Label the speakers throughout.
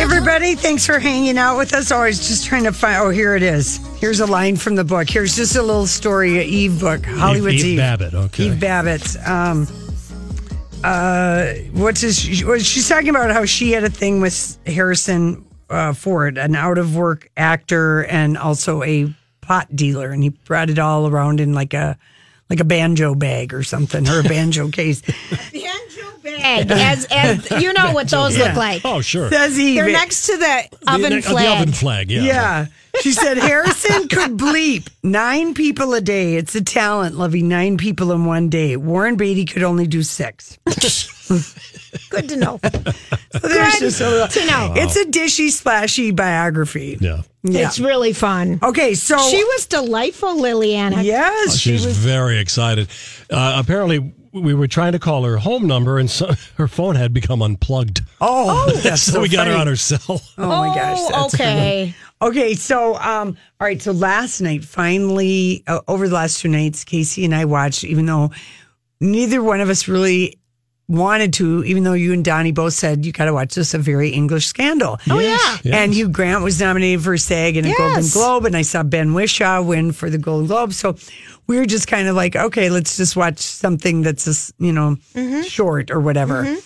Speaker 1: everybody. Thanks for hanging out with us. Always just trying to find. Oh, here it is. Here's a line from the book. Here's just a little story, Eve book, Hollywood's
Speaker 2: Eve
Speaker 1: Eve.
Speaker 2: Babbitt, okay.
Speaker 1: Eve Babbitt. Um, uh, what's his? well, She's talking about how she had a thing with Harrison uh, Ford, an out of work actor and also a pot dealer, and he brought it all around in like a like a banjo bag or something, or a banjo case.
Speaker 3: Banjo bag, as, as you know what those look like.
Speaker 2: Oh, sure.
Speaker 1: Says Eve.
Speaker 3: They're next to the
Speaker 1: uh,
Speaker 2: The-
Speaker 3: oven
Speaker 2: the, the
Speaker 3: flag.
Speaker 2: oven flag, yeah.
Speaker 1: Yeah. She said Harrison could bleep nine people a day. It's a talent loving nine people in one day. Warren Beatty could only do six.
Speaker 3: Good to know.
Speaker 1: So uh, there's just a little-
Speaker 3: to know.
Speaker 1: It's a dishy, splashy biography.
Speaker 2: Yeah.
Speaker 1: Yeah. Oh.
Speaker 3: It's really fun.
Speaker 1: Okay, so
Speaker 3: She was delightful, Liliana.
Speaker 1: yes,
Speaker 2: She's very excited. Uh, apparently, we were trying to call her home number, and so, her phone had become unplugged.
Speaker 1: Oh, that's
Speaker 2: so,
Speaker 1: so
Speaker 2: we got her
Speaker 1: funny.
Speaker 2: on her cell.
Speaker 1: Oh my gosh.
Speaker 3: Oh,
Speaker 1: that's
Speaker 3: okay.
Speaker 1: Okay, so um, all right, so last night, finally, uh, over the last two nights, Casey and I watched, even though neither one of us really wanted to, even though you and Donnie both said you got to watch this, a very English scandal.
Speaker 3: Oh, yeah.
Speaker 2: Yes.
Speaker 1: And Hugh Grant was nominated for a SAG and a Golden
Speaker 3: Yes.
Speaker 1: Globe, and I saw Ben Wishaw win for the Golden Globe. So we were just kind of like, okay, let's just watch something that's just you know
Speaker 3: Mm-hmm.
Speaker 1: short or whatever.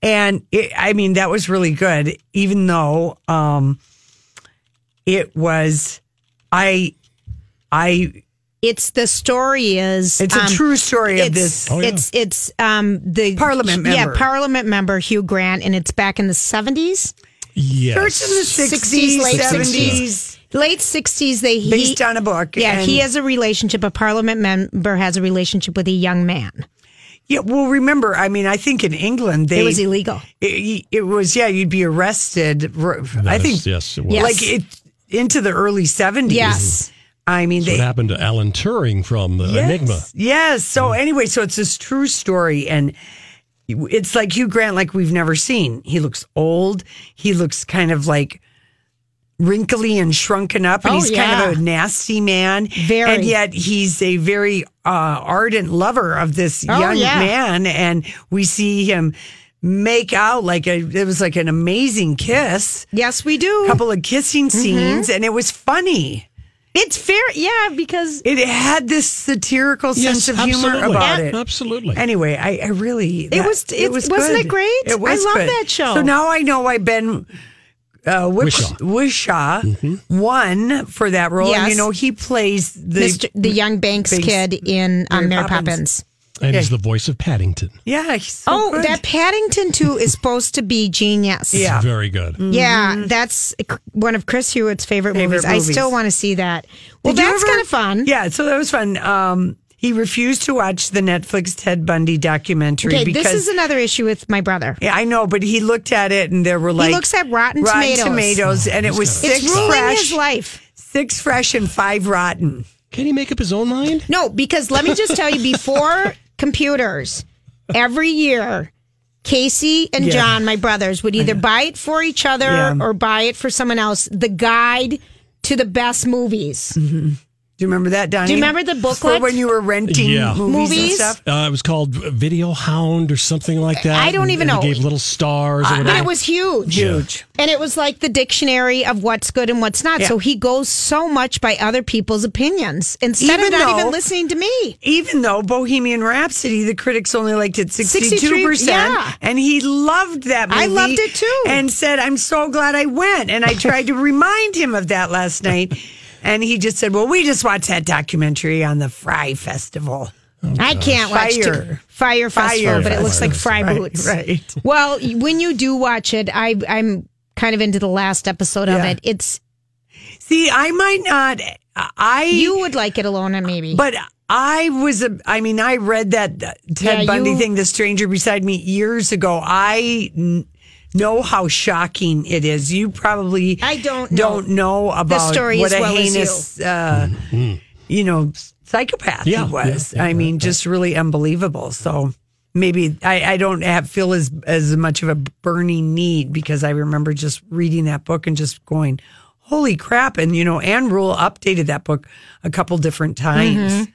Speaker 1: And it, I mean, that was really good, even though um, it was, I, I,
Speaker 3: It's the story is
Speaker 1: it's
Speaker 3: um,
Speaker 1: a true story of
Speaker 3: It's,
Speaker 1: this.
Speaker 2: Oh, yeah.
Speaker 3: it's it's um the
Speaker 1: Parliament member.
Speaker 3: yeah parliament member Hugh Grant and it's back in the seventies
Speaker 2: Yes.
Speaker 1: Church in the 60s,
Speaker 3: 60s, late
Speaker 1: 70s,
Speaker 3: late sixties they he,
Speaker 1: based on a book.
Speaker 3: yeah
Speaker 1: and-
Speaker 3: he has a relationship a parliament member has a relationship with a young man
Speaker 1: Yeah, well, remember, I mean, I think in England they
Speaker 3: it was illegal
Speaker 1: it, it was yeah you'd be arrested r- i
Speaker 2: That
Speaker 1: think
Speaker 2: is- yes, it was.
Speaker 3: Yes.
Speaker 1: like it into the early 70s
Speaker 3: yes
Speaker 1: i mean
Speaker 2: What
Speaker 1: they
Speaker 2: happened to Alan Turing from uh, Enigma?
Speaker 1: yes so anyway so it's this true story and it's like hugh grant like we've never seen he looks old he looks kind of like wrinkly and shrunken up and
Speaker 3: Oh,
Speaker 1: he's kind of
Speaker 3: yeah.
Speaker 1: a nasty man
Speaker 3: Very.
Speaker 1: and yet he's a very uh, ardent lover of this
Speaker 3: Oh,
Speaker 1: young
Speaker 3: yeah.
Speaker 1: man and we see him make out like a it was like an amazing kiss
Speaker 3: yes we do
Speaker 1: couple of kissing
Speaker 2: Mm-hmm.
Speaker 1: scenes and it was funny
Speaker 3: it's fair yeah because
Speaker 1: it had this satirical sense of humor
Speaker 2: absolutely.
Speaker 1: about it
Speaker 2: Absolutely.
Speaker 1: anyway i, I really it
Speaker 3: was- it- wasn't it great?
Speaker 1: it was
Speaker 3: I love
Speaker 1: good.
Speaker 3: that show.
Speaker 1: so now i know why ben uh, Whip-
Speaker 2: Wishaw. Mm-hmm.
Speaker 1: Wishaw won for that role and
Speaker 3: Yes.
Speaker 1: you know he plays the
Speaker 3: Mr. the young Banks,
Speaker 1: Banks-
Speaker 3: kid in um,
Speaker 1: Mary
Speaker 3: Mary
Speaker 1: Poppins.
Speaker 3: Poppins.
Speaker 2: and he's the voice of Paddington.
Speaker 1: yeah he's so
Speaker 3: Oh,
Speaker 1: good.
Speaker 3: that Paddington too is supposed to be genius.
Speaker 1: Yeah. Mm. Mm-hmm.
Speaker 2: Very good.
Speaker 3: Yeah, that's one of Chris Hewitt's favorite,
Speaker 1: Favorite
Speaker 3: movies. I still
Speaker 1: movies.
Speaker 3: want to see that. Well,
Speaker 1: Did you
Speaker 3: that's
Speaker 1: ever-
Speaker 3: kind of fun.
Speaker 1: Yeah, so that was fun. Um, he refused to watch the Netflix Ted Bundy documentary
Speaker 3: Okay,
Speaker 1: because
Speaker 3: this is another issue with my brother.
Speaker 1: Yeah, I know, but he looked at it and there were like
Speaker 3: looks at Rotten Tomatoes.
Speaker 1: Tomatoes, and it was
Speaker 3: It's
Speaker 1: six
Speaker 3: ruining
Speaker 1: fresh,
Speaker 3: his life.
Speaker 1: six fresh and five rotten.
Speaker 2: Can he make up his own mind?
Speaker 3: No, because let me just tell you, before computers, every year, Casey and
Speaker 1: Yeah.
Speaker 3: John, my brothers, would either buy it for each other
Speaker 1: Yeah.
Speaker 3: or buy it for someone else. The guide to the best movies.
Speaker 1: Mm-hmm. Do you remember that, Donnie?
Speaker 3: Do you remember the
Speaker 1: for
Speaker 3: booklet?
Speaker 1: when you were renting
Speaker 2: Yeah.
Speaker 1: movies, and
Speaker 3: Movies?
Speaker 1: stuff?
Speaker 2: Uh, it was called Video Hound or something like that.
Speaker 3: I don't even
Speaker 2: and He
Speaker 3: know.
Speaker 2: gave little stars or
Speaker 3: But it
Speaker 2: whatever.
Speaker 3: was huge.
Speaker 1: Huge.
Speaker 3: And it was like the dictionary of what's good and what's not.
Speaker 1: Yeah.
Speaker 3: So he goes so much by other people's opinions instead
Speaker 1: Even
Speaker 3: of not
Speaker 1: though-
Speaker 3: even listening to me.
Speaker 1: Even though Bohemian Rhapsody, the critics only liked it 62%.
Speaker 3: 63, yeah.
Speaker 1: And he loved that movie.
Speaker 3: I loved it too.
Speaker 1: And said, I'm so glad I went. And I tried to remind him of that last night. And he just said, Well, we just watched that documentary on the Fry Festival.
Speaker 3: I can't watch
Speaker 1: Oh, Fire.
Speaker 3: two- Fire Festival,
Speaker 1: Fire
Speaker 3: but it looks like fry
Speaker 1: Right,
Speaker 3: boots.
Speaker 1: right.
Speaker 3: Well, y- when you do watch it, I, I'm kind of into the last episode of
Speaker 1: Yeah.
Speaker 3: it. It's
Speaker 1: See, I might not. I
Speaker 3: you would like it alone, and maybe.
Speaker 1: but I was a. I mean, I read that uh, Ted
Speaker 3: Yeah,
Speaker 1: Bundy
Speaker 3: you-
Speaker 1: thing, The Stranger Beside Me, years ago. I n- know how shocking it is. You probably
Speaker 3: I don't know.
Speaker 1: don't know about
Speaker 3: story
Speaker 1: what
Speaker 3: as
Speaker 1: a
Speaker 3: well as
Speaker 1: heinous, uh, you know, psychopath
Speaker 2: Yeah,
Speaker 1: he was.
Speaker 2: yeah, yeah,
Speaker 1: I mean, just really unbelievable. So. Maybe I, I don't have, feel as as much of a burning need because I remember just reading that book and just going, "Holy crap!" And you know, Anne Rule updated that book a couple
Speaker 3: Mm-hmm.
Speaker 1: different times.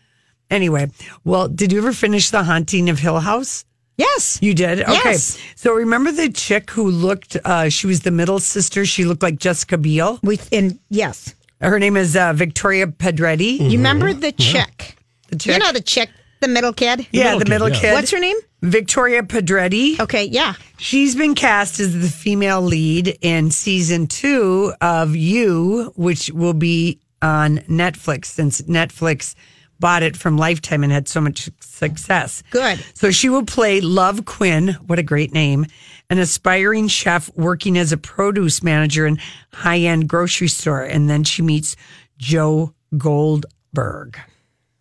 Speaker 1: Anyway, well, did you ever finish The Haunting of Hill House?
Speaker 3: Yes.
Speaker 1: You did? Okay.
Speaker 3: Yes.
Speaker 1: So remember the chick who looked, uh, she was the middle sister. She looked like Jessica Biel.
Speaker 3: We and yes.
Speaker 1: Her name is uh, Victoria Pedretti.
Speaker 2: Mm-hmm.
Speaker 3: You remember the chick?
Speaker 1: The chick.
Speaker 3: You know the chick, the middle kid?
Speaker 1: yeah,
Speaker 2: middle
Speaker 1: the
Speaker 2: kid,
Speaker 1: middle
Speaker 2: yeah.
Speaker 1: kid.
Speaker 3: What's her name?
Speaker 1: Victoria Pedretti.
Speaker 3: Okay, yeah.
Speaker 1: She's been cast as the female lead in season two of You, which will be on Netflix since Netflix bought it from Lifetime and had so much success.
Speaker 3: Good.
Speaker 1: So she will play Love Quinn. What a great name. An aspiring chef working as a produce manager in high end grocery store. And then she meets Joe Goldberg.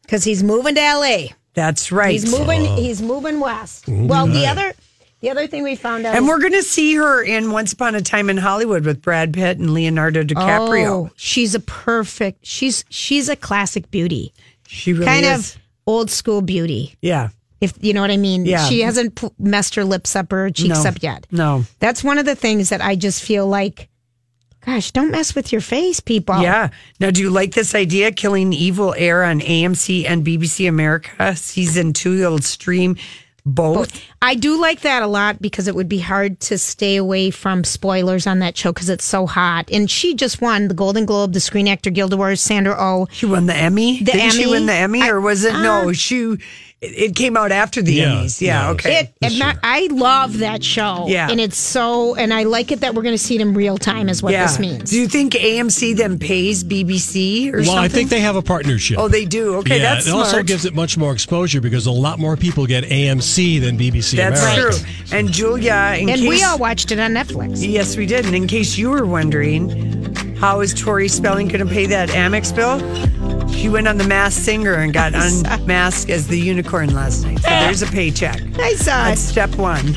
Speaker 3: Because he's moving to LA.
Speaker 1: That's right. Oh.
Speaker 3: He's moving he's moving west. Well, the other the other thing we found out
Speaker 1: And
Speaker 3: is-
Speaker 1: we're going to see her in Once Upon a Time in Hollywood with Brad Pitt and Leonardo DiCaprio.
Speaker 3: Oh, she's a perfect she's she's a classic beauty.
Speaker 1: She really
Speaker 3: Kind
Speaker 1: is.
Speaker 3: of old school beauty.
Speaker 1: Yeah.
Speaker 3: If you know what I mean.
Speaker 1: Yeah.
Speaker 3: She hasn't p- messed her lips up or her cheeks
Speaker 1: No.
Speaker 3: up yet.
Speaker 1: No.
Speaker 3: That's one of the things that I just feel like, gosh, don't mess with your face, people.
Speaker 1: Yeah. Now, do you like this idea? Killing Evil Air on AMC and BBC America season two. It'll stream both.
Speaker 3: I do like that a lot because it would be hard to stay away from spoilers on that show because it's so hot. And she just won the Golden Globe, the Screen Actor Guild Awards, Sandra Oh.
Speaker 1: She won the Emmy.
Speaker 3: The
Speaker 1: Didn't she
Speaker 3: Emmy?
Speaker 1: win the Emmy, or was it no?
Speaker 3: uh,
Speaker 1: She. It came out after the
Speaker 2: Yeah,
Speaker 1: Emmys. Yeah.
Speaker 2: yeah.
Speaker 1: Okay.
Speaker 3: It, and that- I love that show.
Speaker 1: Yeah.
Speaker 3: And it's so, and I like it that we're going to see it in real time, is what
Speaker 1: yeah.
Speaker 3: this means.
Speaker 1: Do you think AMC then pays BBC or
Speaker 2: Well,
Speaker 1: something?
Speaker 2: I think they have a partnership.
Speaker 1: Oh, they do. Okay,
Speaker 2: yeah,
Speaker 1: that's
Speaker 2: it also
Speaker 1: smart.
Speaker 2: gives it much more exposure because a lot more people get AMC than BBC
Speaker 1: that's
Speaker 2: America.
Speaker 1: true. And Julia, in
Speaker 3: and
Speaker 1: case,
Speaker 3: we all watched it on Netflix.
Speaker 1: Yes, we did. And in case you were wondering, how is Tori Spelling going to pay that Amex bill? She went on The Masked Singer and got unmasked as the unicorn last night. So there's a paycheck.
Speaker 3: I saw it.
Speaker 1: That's step one.